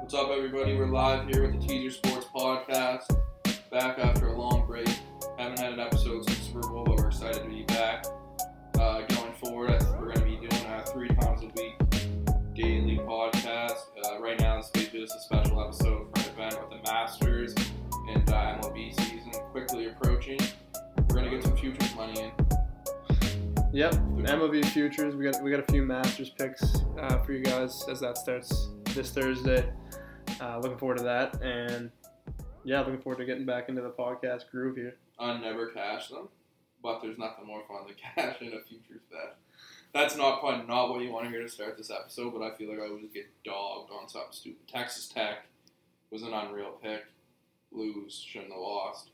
What's up, everybody? We're live here with the Teaser Sports Podcast. Back after a long break. Haven't had an episode since Super Bowl, but we're excited to be back. Uh, going forward, I think we're going to be doing a three times a week daily podcast. Uh, right now, this week is a special episode for an event with the Masters and uh, MLB season quickly approaching. We're going to get some futures money in. Yep, MLB futures. We got we got a few Masters picks uh, for you guys as that starts this Thursday. Uh, looking forward to that, and yeah, looking forward to getting back into the podcast groove here. I never cash them, but there's nothing more fun than cash in a futures bet. That's not fun, not what you want to hear to start this episode, but I feel like I would just get dogged on something stupid. Texas Tech was an unreal pick. Lose, shouldn't have lost.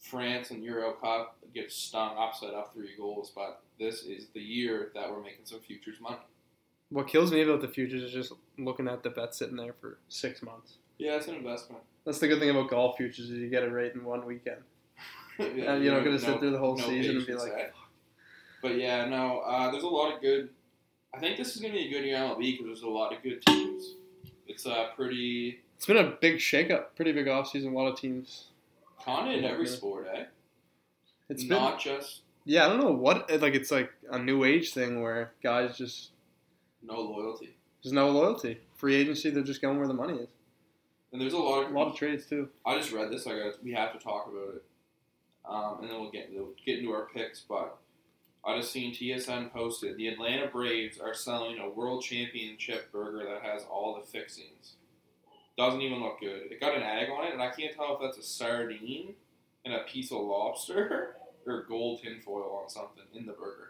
France and Euro Cup get stung, upset up three goals, but this is the year that we're making some futures money. What kills me about the futures is just looking at the bet sitting there for six months. Yeah, it's an investment. That's the good thing about golf futures is you get it right in one weekend, Yeah, and you're not you gonna have no- sit through the whole no season and be patience, like, eh? But yeah, no, uh, there's a lot of good. I think this is gonna be a good year in MLB because there's a lot of good teams. It's uh, pretty it's been a big shakeup, pretty big offseason, a lot of teams. kind of in every Yeah. sport, eh? It's been not just yeah, I don't know what like it's like a new age thing where guys just no loyalty, there's no loyalty, free agency, they're just going where the money is. and there's a lot A of. lot of trades too. I just read this. I got. We have to talk about it, um, and then we'll get we'll get into our picks. But I just seen TSN posted the Atlanta Braves are selling a World Championship burger that has all the fixings. Doesn't even look good. It got an egg on it, and I can't tell if that's a sardine and a piece of lobster or gold tinfoil on something in the burger.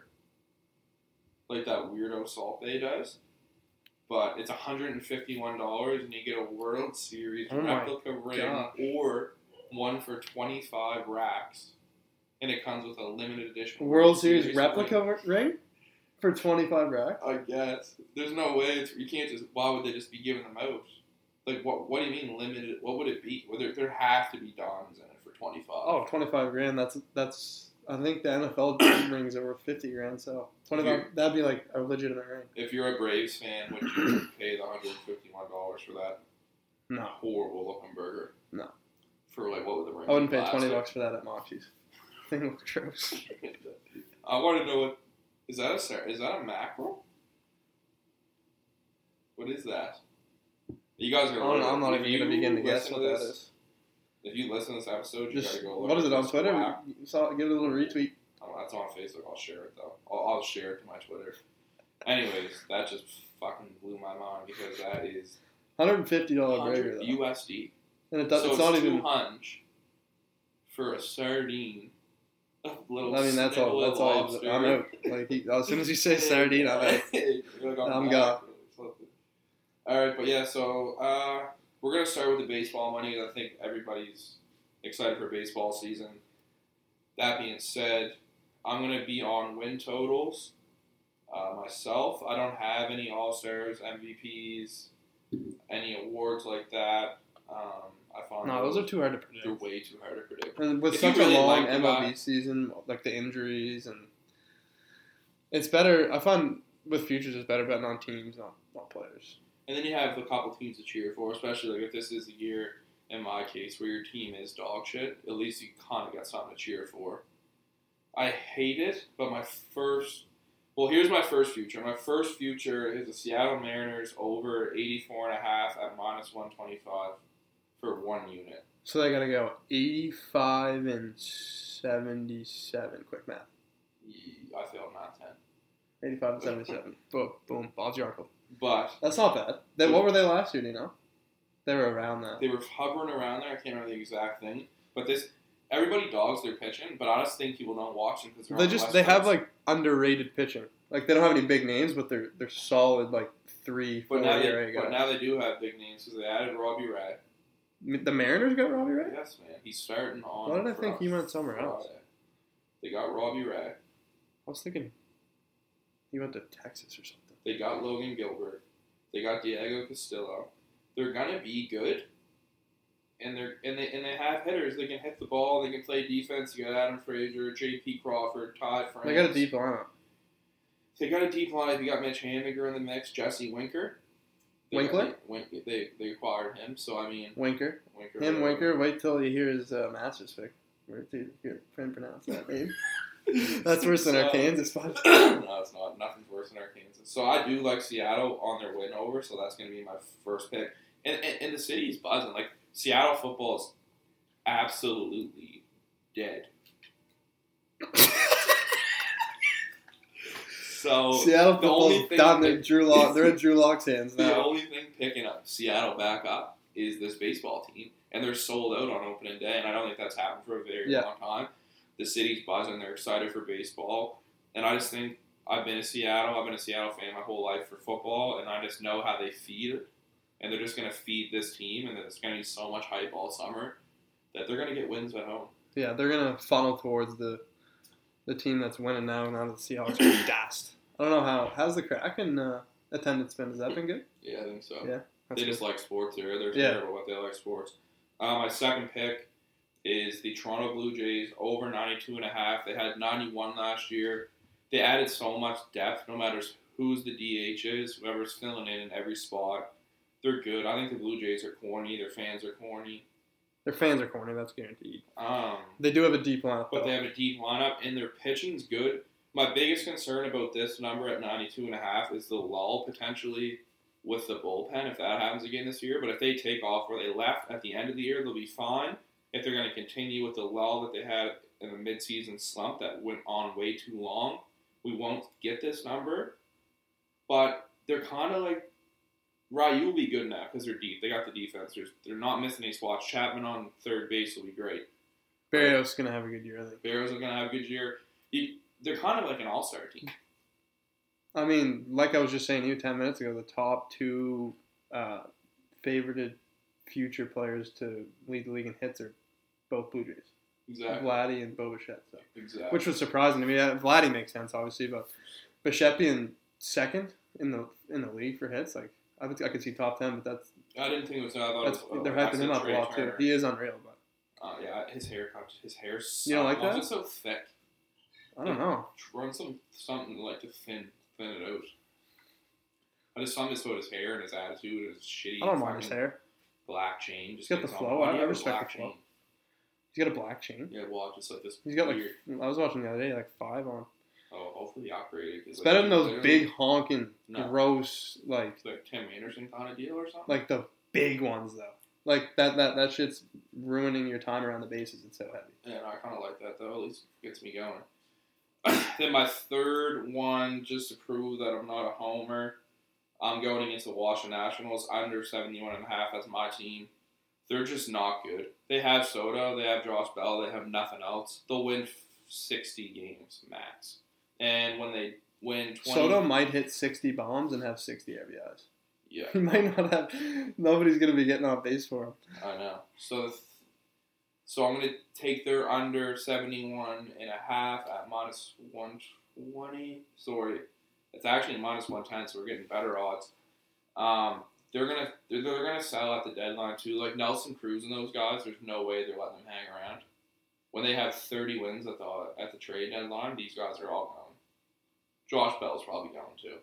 Like that weirdo salt they does. But it's $151 and you get a World Series Oh my replica ring gosh. or one for 25 racks. And it comes with a limited edition World Series ring. replica ring for 25 rack. I guess there's no way it's, you can't just. Why would they just be giving them out? Like what? What do you mean limited? What would it be? Well, there, there have to be dimes in it for twenty five. Oh, 25 grand. That's that's. I think the NFL rings over 50 grand. So 25. Here. That'd be like a legitimate ring. If you're a Braves fan, would you pay the hundred fifty one dollars for that No, horrible looking burger? No. For like what would the ring? I wouldn't be, pay 20 plastic? bucks for that at Moxie's. Thing looks gross. I want to know what is that a sar- is that a mackerel? What is that? You guys are gonna. I don't know, look I'm not it. If even gonna you begin to guess listen what that this- is. If you listen to this episode, you Just gotta go. Look what is at it on this Twitter? whack. You saw, give it a little retweet. Oh, that's on Facebook. I'll share it though. I'll, I'll share it to my Twitter. Anyways, that just fucking blew my mind because that is 150 dollar 100 burger though, USD. and it does, so it's not two even. hunch for a sardine. A little I mean, that's all. snivel That's of all. lobster. I'm out. Like he, as soon as you say sardine, I'm out. You're like, I'm back. All right, but yeah, so uh, we're gonna start with the baseball money. I think everybody's excited for baseball season. That being said, I'm gonna be on win totals uh, myself. I don't have any All Stars, MVPs, any awards like that. Um, I found No, those are too hard to they're predict. way too hard to predict. And with If you such really a long like the MLB guy- season, like the injuries and it's better. I find with futures it's better betting on teams, not not players. And then you have a couple teams to cheer for, especially like if this is the year, in my case, where your team is dog shit. At least you kind of got something to cheer for. I hate it, but my first, well, here's my first future. My first future is the Seattle Mariners over 84 and a half at minus 125 for one unit. So they gotta go eighty-five and seventy-seven. Quick math. Ye- I failed math 10. Eighty-five and seventy-seven. boom, boom. Bob's your uncle. But That's not bad. Then what were they last year? Do you know? They were around that. They were hovering around there. I can't remember the exact thing, but this everybody dogs their pitching, but I just think people don't watch them because They just they have like underrated pitching. Like they don't have any big names, but they're they're solid. Like three, four But now, year they, guys. but now they do have big names because they added Robbie Ray. the Mariners got Robbie Ray. Yes, man, he's starting on. Why did I think Fri- he went somewhere else? Friday. They got Robbie Ray. I was thinking he went to Texas or something. They got Logan Gilbert. They got Diego Castillo. They're gonna be good, and they're and they and they have hitters. They can hit the ball. They can play defense. You got Adam Frazier, J.P. Crawford, Todd France. They got a deep lineup. They got a deep line. You got Mitch Haniger in the mix, Jesse Winker. They- Winkler? They, Wink- they, they acquired him, so I mean, Winker. Winker. Him, Winker. Wait till you hear his uh, Masters pick. Where to hear Fran pronounce that name? That's worse than So- Arkansas. Spot. no, it's not. Nothing's worse than Arkansas. So I do like Seattle on their win over. So that's going to be my first pick. And, and, and the city is buzzing. Like Seattle football is absolutely dead. So Seattle Oh, the football's only thing down that- there. Drew Lock. They're at Drew Lock's hands the now. only thing picking up Seattle back up is this baseball team, and they're sold out on opening day. And I don't think that's happened for a very Yeah. long time. The city's buzzing; they're excited for baseball, and I just think I've been to Seattle. I've been a Seattle fan my whole life for football, and I just know how they feed, and they're just going to feed this team, and there's going to be so much hype all summer that they're going to get wins at home. Yeah, they're gonna funnel towards the the team that's winning now. Now that the Seahawks are gassed. I don't know how. How's the Kraken uh, attendance been? Has that been good? Yeah, I think so. Yeah, That's they just like sports. They're, they're Yeah. terrible at they like sports. Um, my second pick is the Toronto Blue Jays over 92 and a half. They had 91 last year. They added so much depth, no matter who's the DH is, whoever's filling in in every spot. They're good. I think the Blue Jays are corny. Their fans are corny. Their fans are corny. That's guaranteed. Um, They do have a deep lineup. but though. they have a deep lineup, and their pitching's good. My biggest concern about this number at 92 and a half is the lull potentially with the bullpen if that happens again this year. But if they take off where they left at the end of the year, they'll be fine. If they're going to continue with the lull that they had in the midseason slump that went on way too long, we won't get this number. But they're kind of like Ryu will be good now because they're deep. They got the defense. They're, they're not missing any spots. Chapman on third base will be great. Barrios gonna have a good year. I think. Bears are going to have a good year. You, they're kind of like an all star team. I mean, like I was just saying to you ten minutes ago, the top two uh, favorited future players to lead the league in hits are both Blue Jays, Exactly. Vladdy and Bobichette. So, Exactly. which was surprising to me. Uh, Vladdy makes sense, obviously, but Bichette being second in the in the league for hits, like I, would, I could see top ten, but that's I didn't think it was. I thought that's it was, they're I hyping said him up a Trey lot too. Turner. He is unreal, but Uh, yeah, his haircut, his hair. So, You don't like that? It's so thick. I don't know. Run some something like to thin thin it out. I just saw this about his hair and his attitude and his shitty. I don't mind his fucking hair. Black chain. Just got gets the on- flow. why I- do you I have a respect black the flow. chain? He's got a black chain. Yeah, well, just like this. He's got like weird, I was watching the other day, like five on. oh, hopefully he operated. It's better than those big honking, No. gross like like Tim Anderson kind of deal or something. like the big ones though. Like that that that shit's ruining your time around the bases. It's so heavy. And I kind of like that though. At least it gets me going. then my third one, just to prove that I'm not a homer, I'm going against the Washington Nationals under 71 and a half as my team. They're just not good. They have Soto, they have Josh Bell, they have nothing else. They'll win 60 games max. And when they win 20, Soto might hit sixty bombs and have sixty RBIs. yeah, He might not have. Nobody's gonna be getting on base for him. I know. So, th- so I'm gonna take their under 71 and a half at minus 120. Sorry, it's actually minus 110, so we're getting better odds. Um, they're gonna they're, they're gonna sell at the deadline too. Like Nelson Cruz and those guys, there's no way they're letting them hang around. When they have 30 wins at the at the trade deadline, these guys are all gone. Josh Bell's probably gone too.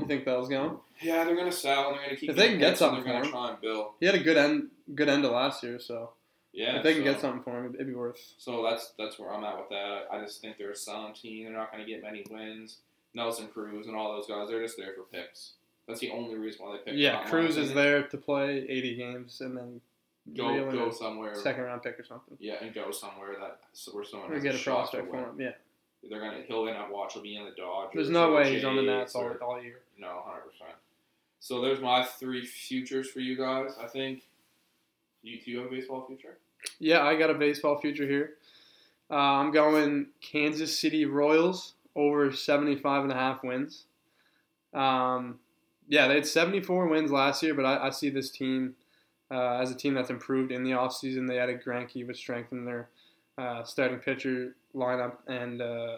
You think Bell's going? Yeah, they're gonna sell and they're gonna keep. If they getting can get picks and something they're gonna for him. try and build. He had a good end, good end of last year. So Yeah, if they can so- get something for him, it'd be worth. So that's that's where I'm at with that. I just think they're a sound team. They're not going to get many wins. Nelson Cruz and all those guys, they're just there for picks. That's the only reason why they pick. Yeah, Scott Cruz Miles. is there to play eighty games and then reel Go in go a somewhere. second round pick or something, Yeah, and go somewhere that so where someone or has get a shot to prospect for win. him. Yeah, They're gonna he'll end up watching me in the Dodgers. there's or no the way he's on the Jays Nats all, or- all year. No, hundred percent. So there's my three futures for you guys. I think. You, do you have a baseball future? Yeah, I got a baseball future here. Uh, I'm going Kansas City Royals over 75 and a half wins. Um, yeah, they had 74 wins last year, but I, I see this team uh, as a team that's improved in the offseason. They added Granke, which strengthened their uh, starting pitcher lineup and uh,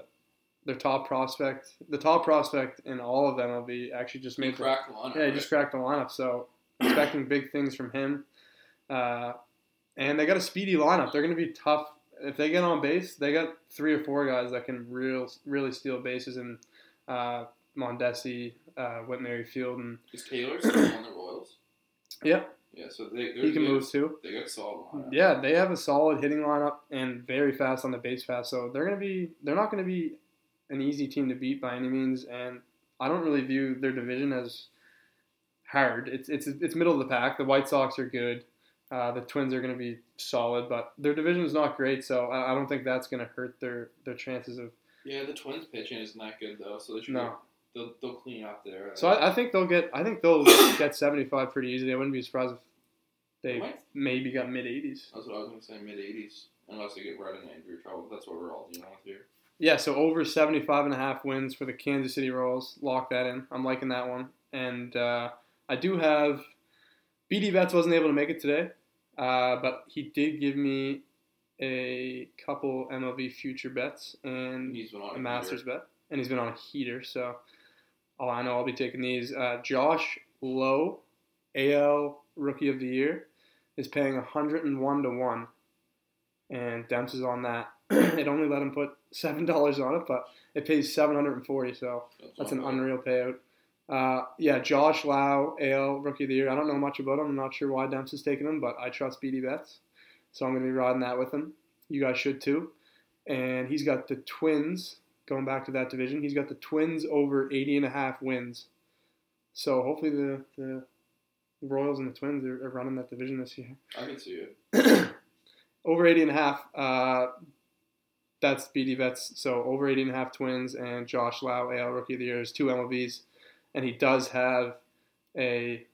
their top prospect. The top prospect in all of MLB actually just You made the cracked one. yeah, he just cracked the lineup, so expecting big things from him. Uh, and they got a speedy lineup. They're going to be tough if they get on base. They got three or four guys that can real really steal bases and uh, Mondesi, uh, Whit Merrifield, and Is Taylor still on the Royals? Yeah. Yeah, so they they're he can good. move too. They got solid lineup. Yeah, they have a solid hitting lineup and very fast on the base pass. So they're gonna be they're not gonna be an easy team to beat by any means. And I don't really view their division as hard. It's it's it's middle of the pack. The White Sox are good. Uh, the Twins are gonna be solid, but their division is not great. So I, I don't think that's gonna hurt their their chances of. Yeah, the Twins pitching is not good though, so they should No. they'll, they'll clean up there. So I, I think they'll get I think they'll get seventy five pretty easily. I wouldn't be surprised if they What? maybe got mid eighties. That's what I was gonna say, mid eighties. Unless they get right into injury trouble. That's what we're all dealing with here. Yeah, so over 75 and a half wins for the Kansas City Royals. Lock that in. I'm liking that one. And uh, I do have BD Betts wasn't able to make it today, uh, but he did give me a couple MLB future bets and He's been on a a Masters bet, and he's been on a heater. So all I know, I'll be taking these. Uh, Josh Lowe, AL Rookie of the Year, is paying 101 to one, and Demps is on that. it only let him put seven dollars on it, but it pays 740. So heater. that's not an bad. unreal payout. Uh, yeah, Josh Lau, AL Rookie of the Year. I don't know much about him. I'm not sure why Demps is taking him, but I trust BD Betts. So I'm going to be riding that with him. You guys should too. And he's got the Twins, going back to that division, he's got the Twins over 80 and a half wins. So hopefully the, the Royals and the Twins are, are running that division this year I can see it. over 80 and a half uh, that's bd vets so over 80 and a half twins and josh lau al rookie of the year is two mlbs and he does have a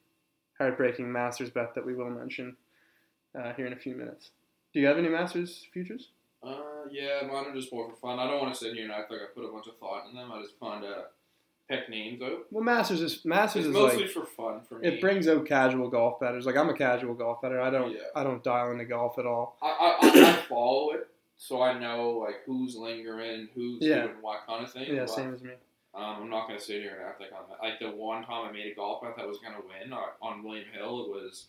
heartbreaking masters bet that we will mention uh, here in a few minutes do you have any masters futures Uh, yeah, mine are just more for fun. I don't want to sit here and act like I put a bunch of thought in them. I just kind of pick names out. well masters is masters It's is mostly like for fun for me. it brings out casual golf betters like i'm a casual golf better i don't Yeah. i don't dial into golf at all I, I, I, I follow it, so I know like who's lingering, who's Yeah. doing what kind of thing. yeah but, same as me Um, I'm not gonna sit here and act like I'm like the one time I made a golf bet that was gonna win on, on William Hill. It was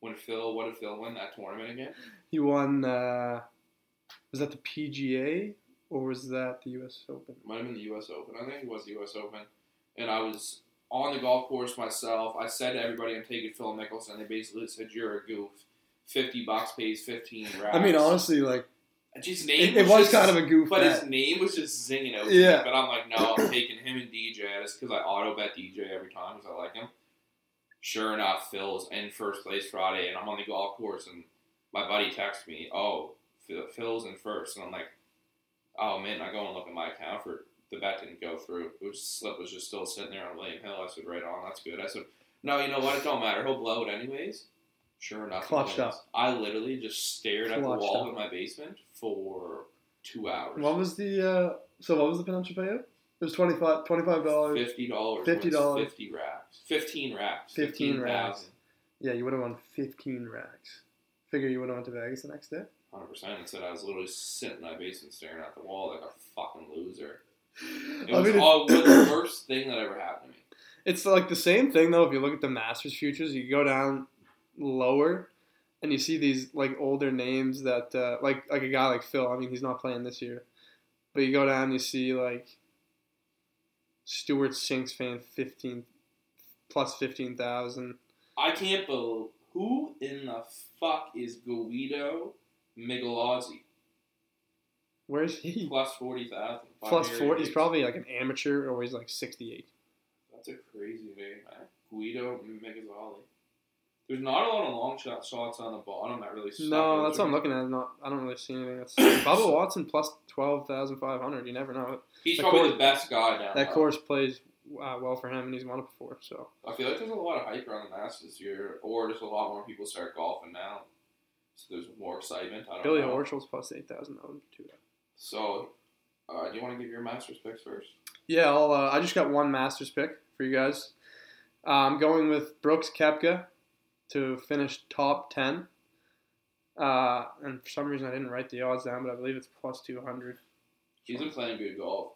when Phil. What did Phil win that tournament again? He won. Uh, was that the PGA or was that the U.S. Open? It might have been the U.S. Open. I think it was the U.S. Open. And I was on the golf course myself. I said to everybody, "I'm taking Phil Mickelson." They basically said, "You're a goof." Fifty bucks pays fifteen rounds. I mean, honestly, like And his name it, it was just- kind of a goof But bet. his name was just zinging out. Yeah. Yeah. But I'm like, no, I'm taking him and DJ just because I auto bet DJ every time because I like him. Sure enough, Phil's in first place Friday, and I'm on the golf course, and my buddy texts me, "Oh, Phil- Phil's in first. and I'm like, "Oh man!" I go and look at my account for the bet didn't go through. It was slip was just still sitting there on William Hill. I said, "Right on, that's good." I said, "No, you know what? It don't matter. He'll blow it anyways." Sure enough, he Clutched wins. up. I literally just stared at the Clutched wall up. in my basement for two hours. What was the uh, so? What was the potential payout? It was 25 dollars. Fifty dollars. $50. Fifty racks. Fifteen racks. 15 Fifteen racks. thousand. Yeah, you would have won fifteen racks. Figure you would have went to Vegas the next day. Hundred percent. Instead, I was literally sitting in my basement staring at the wall like a fucking loser. It I was mean, all was the worst thing that ever happened to me. It's like the same thing though. If you look at the Masters futures, you go down lower, and you see these like older names that uh, like like a guy like Phil. I mean, he's not playing this year, but you go down, you see like Stuart Sinks fan fifteen plus fifteen thousand. I can't believe who in the fuck is Guido Migliozzi? Where's he? Plus forty thousand. Plus four. He's probably like an amateur, or he's like sixty eight. That's a crazy name, man. Guido Migliozzi. There's not a lot of long shot shots on the bottom that really. stuck No, out that's to what I'm me. looking at. Not, I don't really see anything. That's Bubba Watson plus twelve thousand five hundred. You never know. He's That probably course- the best guy down That there. course plays uh, well for him, and he's won it before. So. I feel like there's a lot of hype around the Masters this year, or just a lot more people start golfing now, so there's more excitement. I don't Billy know. Horschel's plus eight thousand. That would be too bad. So, uh, do you want to give your Masters picks first? Yeah, I'll, uh, I just got one Masters pick for you guys. Uh, I'm going with Brooks Kepka to finish top ten. Uh, and for some reason, I didn't write the odds down, but I believe it's plus two hundred. He's been playing good golf.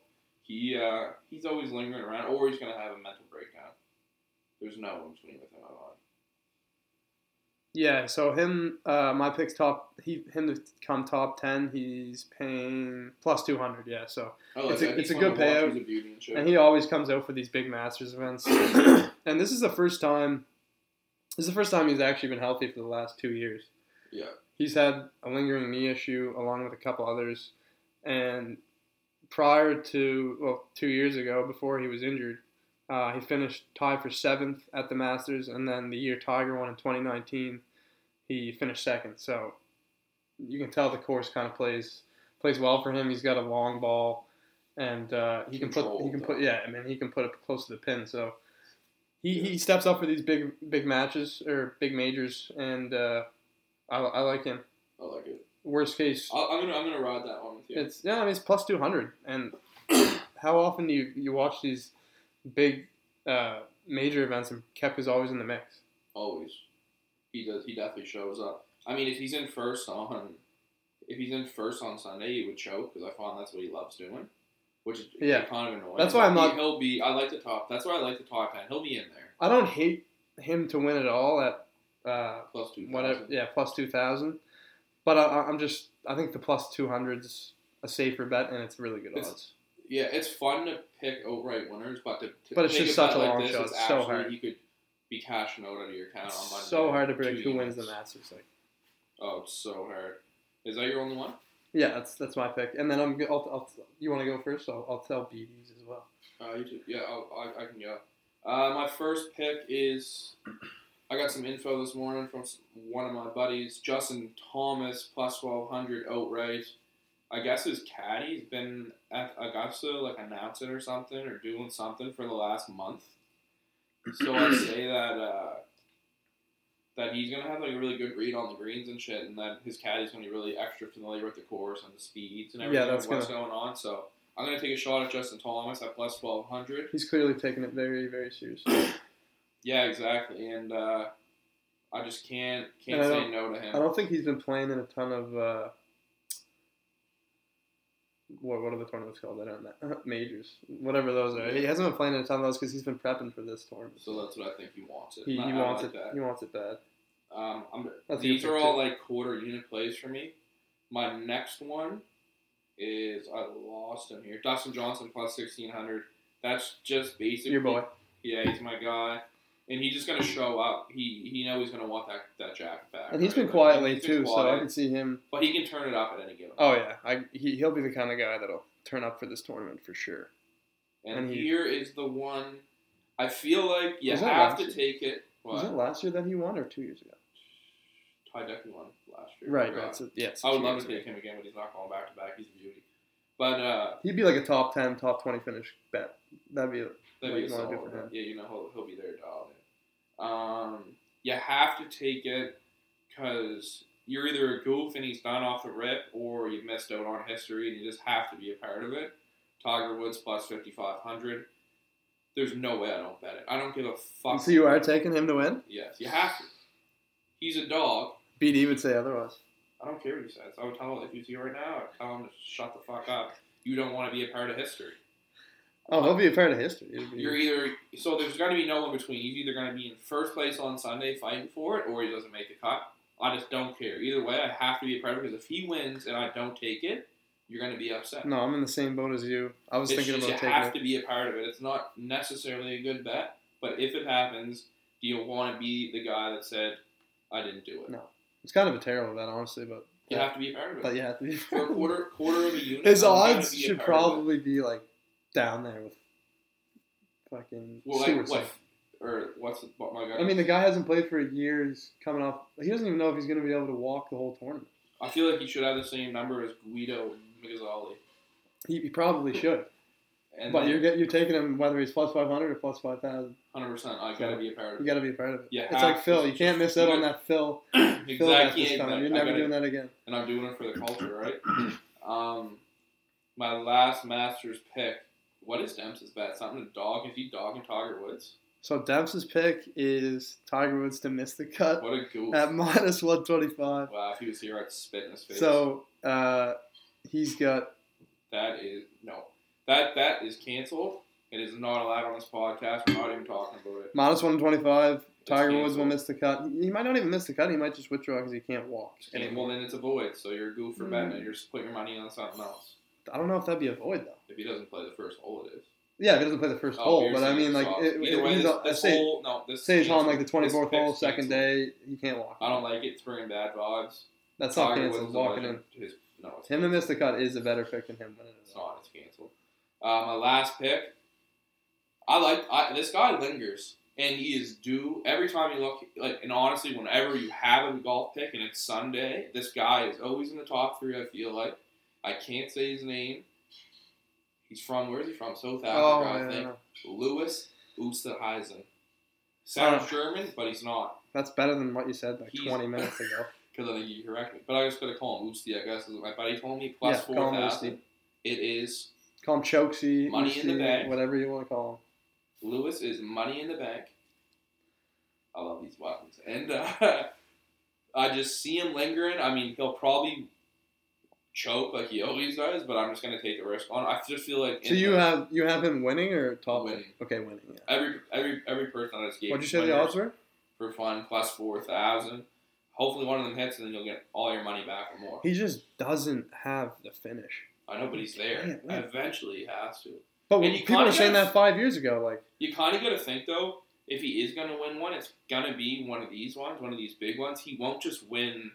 He uh, he's always lingering around, or he's gonna have a mental breakdown. There's no in between with him. I don't. Yeah, so him, uh, my pick's top. He him to come top ten. He's paying plus two hundred. Yeah, so I Oh, like It's a- that. it's He's a fun good to watch. payout. He's a beauty and shit. and he always comes out for these big Masters events. and this is the first time. This is the first time he's actually been healthy for the last two years. yeah, He's had a lingering knee issue along with a couple others, and prior to well, two years ago, before he was injured, uh, he finished tied for seventh at the Masters, and then the year Tiger won in 2019, he finished second. So you can tell the course kind of plays plays well for him. He's got a long ball, and uh, he can put Controlled, he can uh, put yeah, I mean he can put it close to the pin. So he, he steps up for these big big matches or big majors, and uh, I, I like him. I like it. Worst case, I'll, I'm gonna I'm gonna ride that one with you. it's yeah, I mean it's plus two hundred. And how often do you, you watch these big uh, major events and Kep is always in the mix? Always, he does. He definitely shows up. I mean, if he's in first on, if he's in first on Sunday, he would choke because I find that's what he loves doing, which is Yeah. kind of annoying. That's why I'm But not- He, will be. I like the top. That's why I like the top ten. He'll be in there. I don't hate him to win at all at uh, Plus two. whatever, yeah, plus two thousand. But I- I, I'm just I think the plus two hundred's a safer bet and it's really good It's- odds. Yeah, it's fun to pick outright winners, but to, to But it's take just a bet such a like long this, shot. It's It's so actually- hard. You could be cashing out of your account on It's Monday. so hard to predict Two who wins the units. Masters. Like, Oh, it's so hard. Is that your only one? yeah, that's that's my pick. And then I'm go- I'll, I'll, you want to go first? I'll, I'll tell BDs as well. Uh, you too. Yeah, I'll, I, I can go. Uh, my first pick is I got some info this morning from s- one of my buddies, Justin Thomas, plus 1200 outright. I guess his caddy's been at Augusta, like announcing or something, or doing something for the last month. So I'd say that uh, that he's gonna have like a really good read on the greens and shit, and that his caddy's gonna be really extra familiar with the course and the speeds and Yeah, everything, that's and what's going on. So I'm gonna take a shot at Justin Thomas at plus twelve hundred. He's clearly taking it very very seriously. Yeah, exactly. And uh, I just can't can't And I say don't- no to him. I don't think he's been playing in a ton of uh, what what are the tournaments called? I don't know. Majors, whatever those are. He hasn't been playing in a ton of those because he's been prepping for this tournament. so that's what I think he wants it. He, And I- he I wants like it. He wants it bad. That. Um, I'm, That's a these good are pick, all too. like quarter unit plays for me. My next one is I lost him here. Dustin Johnson plus sixteen hundred. That's just basically Your boy. Yeah, he's my guy. And he's just gonna show up. He he knows he's gonna want that that jacket back. And right? he's been Like, quiet he's late been too, so I quiet, can see him. but he can turn it up at any given. Oh yeah, I, he he'll be the kind of guy that'll turn up for this tournament for sure. And, And he- here is the one. I feel like you Was that have last to year? take it. Was it What? last year that he won or two years ago? Ty Duffy won last year. Right, Yeah. right. So, yeah, it's I would two love years to ago. take him again, but he's not going back to back. He's a beauty. But uh, He'd be like a top ten, top twenty finish bet. That'd be that'd What be a you wanna do for solid one. him? Yeah, you know he'll, he'll be there, dog. Um, you have to take it because you're either a goof and he's done off the rip, or you missed out on history and you just have to be a part of it. Tiger Woods plus fifty five hundred. There's no way I don't bet it. I don't give a fuck. So you are taking him to win? Yes, you have to. He's a dog. BD would say otherwise. I don't care what he says. I would tell him if he's here right now, I'd tell him to shut the fuck up. You don't want to be a part of history. Oh, he'll be a part of history. He'll be- You're either so there's going to be no in between. He's either going to be in first place on Sunday fighting for it, or he doesn't make the cut. I just don't care. Either way, I have to be a part of it because if he wins and I don't take it, you're going to be upset. No, I'm in the same boat as you. I Hmm. was It's thinking just about you taking have it. to be a part of it. It's not necessarily a good bet, but if it happens, do you want to be the guy that said I didn't do it? No. It's kind of a terrible bet, honestly, but You yeah, have to be a part of it. but you have to be. for a quarter quarter of a unit. His I'm gonna odds be a should part of it. probably be like down there with fucking well, like Stewart. what or what's the, what my guy? I mean, the guy hasn't played for a year. He's coming off. He doesn't even know if he's going to be able to walk the whole tournament. I feel like he should have the same number as Guido Migazzoli. He, he probably should. And but you're get, you're taking him whether he's plus five hundred or plus five thousand. hundred percent. I gotta be a part You of it. got to be a part of it. You it's have like Phil. to- You can't miss out you on gotta- that Phil. Phil at exactly. this time. You're I never gotta- doing that again. and I'm doing it for the culture, right? um, my last Masters pick. What is Dempsey's bet? Something to dog? Is he dogging Tiger Woods? So Dempsey's pick is Tiger Woods to miss the cut What a goof! at minus one twenty five. wow, if he was here, I'd spit in his face. So uh, he's got That is no. That that is canceled. It is not allowed on this podcast. We're not even talking about it. minus one twenty five. Tiger can't Woods will vote. miss the cut. He might not even miss the cut. He might just withdraw because he can't walk. And it- anymore. well, then it's a void, so you're a goof for Mm. betting. You're just putting your money on something else. I don't know if that'd be a void though. If he doesn't play the first hole, it is. Yeah, if he doesn't play the first Oh, hole, you're but I saying mean, it's like, soft. it, either way, he's this, on- this say, whole no, this say he's on canceled. like the twenty fourth This hole, pick's second canceled. day, he can't walk. I don't like it. It's bringing bad vibes. That's not Tiger canceled. Woods is a Walking in. legend. His, no, it's Him to canceled. miss the cut is a better pick than him winning. It's it. not. It's canceled. Uh, my last pick. I like I, this guy lingers, and he is due every time you look. Like, and honestly, whenever you have a golf pick and it's Sunday, this guy is always in the top three. I feel like I can't say his name. He's from where's he from? South Africa, Oh, I yeah, I think. know. Lewis Oesterhuizen. Sounds Uh, German, but he's not that's better than what you said like He's- twenty minutes ago. because I think you correct me. But I was gonna call him Oosty, I guess. is what My buddy told me plus Yeah, four call him thousand. It is Call him Chokesy, Money in the Usti, bank. whatever you want to call him. Lewis is money in the bank. I love these buttons, and uh, I just see him lingering. I mean, he'll probably choke like he always does, but I'm just gonna take the risk on. it. I just feel like So in you the- have you have him winning or top Winning. Okay, winning. Yeah. every every every person I just gave. What'd you is say the winners. odds were? for fun, plus four thousand. Hopefully, one of them hits, and then you'll get all your money back or more. He just doesn't have the finish. I know, but he's there. Man, man. Eventually, he has to. But And you people were can't saying have- that five years ago. Like, You kind of got to think though. If he is going to win one, it's going to be one of these ones, one of these big ones. He won't just win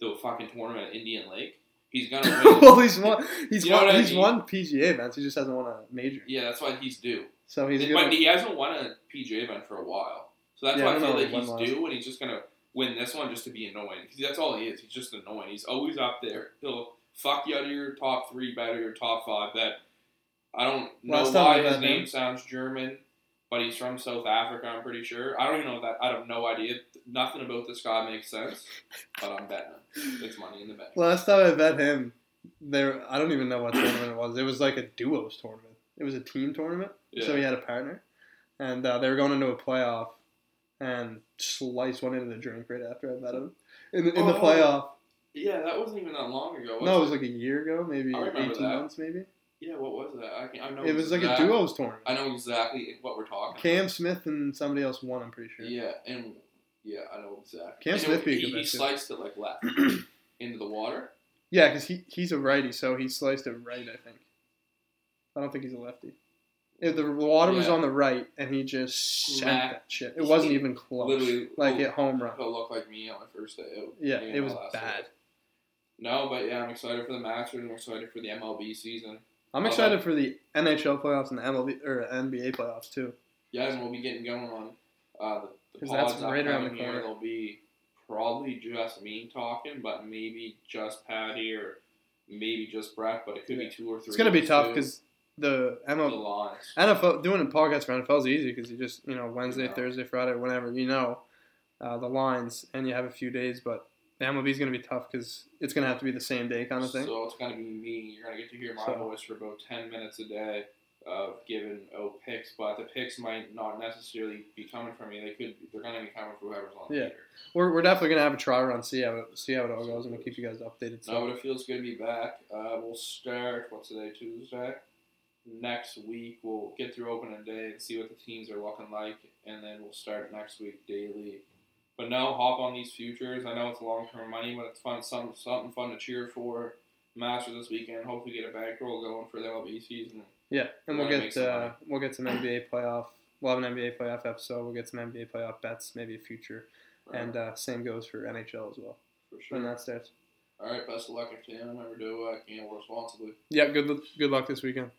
the fucking tournament at Indian Lake. He's going to win. well, he's won. He's You know won. what I He's mean? won PGA events. He just hasn't won a major. yeah, that's why he's due. So he's but gonna. he hasn't won a PJ event for a while, so that's Yeah, I why I don't feel know like when he's last. due, and he's just going to win this one just to be annoying. 'Cause that's all he is. He's just annoying. He's always up there. He'll fuck you out of your top three, bet or your top five. That I don't know Last time why I his met name him- sounds German, but he's from South Africa. I'm pretty sure. I don't even know that. I have no idea. Nothing about this guy makes sense. But I'm betting him. it's money in the bank. Last time I met him, there I don't even know what tournament it was. It was like a duos tournament. It was a team tournament. Yeah. So he had a partner, and uh, they were going into a playoff, and sliced one into the drink right after I met him in the, in the Oh. playoff. yeah, that wasn't even that long ago. Was No, it it? was like a year ago, maybe I remember eighteen that. months, maybe. yeah. What was that? I, can, I know It was like a exact- duos tournament. I know exactly what we're talking. about. Cam Smith and somebody else won. I'm pretty sure. Yeah, and yeah, I know exactly. Cam And Smith it, be a he, good he bet, too. sliced it like left into the water. Yeah, because he, he's a righty, so he sliced it right, I think. I don't think he's a lefty. If the water was Yeah. on the right, and he just sent Smack. that shit. It wasn't even close. Literally, like, oh, it home run. He'll look like me on my first day out. Yeah, Me and it my was last bad. day. No, but yeah, I'm excited for the Masters. I'm excited for the MLB season. I'm Well, excited for the NHL playoffs and the MLB or NBA playoffs too. Yeah, and we'll be getting going on uh, the, the 'Cause that's pods right around the upcoming here. corner. There'll be probably just me talking, but maybe just Patty or maybe just Brett. But it could Yeah. be two or three. It's gonna be of us, tough too. because the the MLB, lines. NFL doing a podcast for NFL is easy because you just you know Wednesday, Yeah. Thursday, Friday, whenever you know uh, the lines, and you have a few days. But the MLB is gonna be tough because it's gonna have to be the same day kind of thing. So it's gonna be me. You're gonna get to hear my So- voice for about ten minutes a day of giving out picks, but the picks might not necessarily be coming from me. They could. They're gonna be coming from whoever's on Yeah. later. We're, we're definitely gonna have a try run, see how it, see how it all goes, and we'll keep you guys updated. So No, but it feels good to be back. Uh, we'll start. What's today? Tuesday. Next week we'll get through opening day and see what the teams are looking like, and then we'll start next week daily. But no, hop on these futures. I know it's long term money, but it's fun. Some something fun to cheer for. Masters this weekend. Hopefully get a bankroll going for the MLB season. yeah, and we'll Wanna make get some uh, money. we'll get some NBA playoff. We'll have an NBA playoff episode. We'll get some NBA playoff bets, maybe a future, Right, and uh, same goes for NHL as well. for sure. When that starts. All right, best of luck in town. Remember, do what I can, work responsibly. Yeah, good good luck this weekend.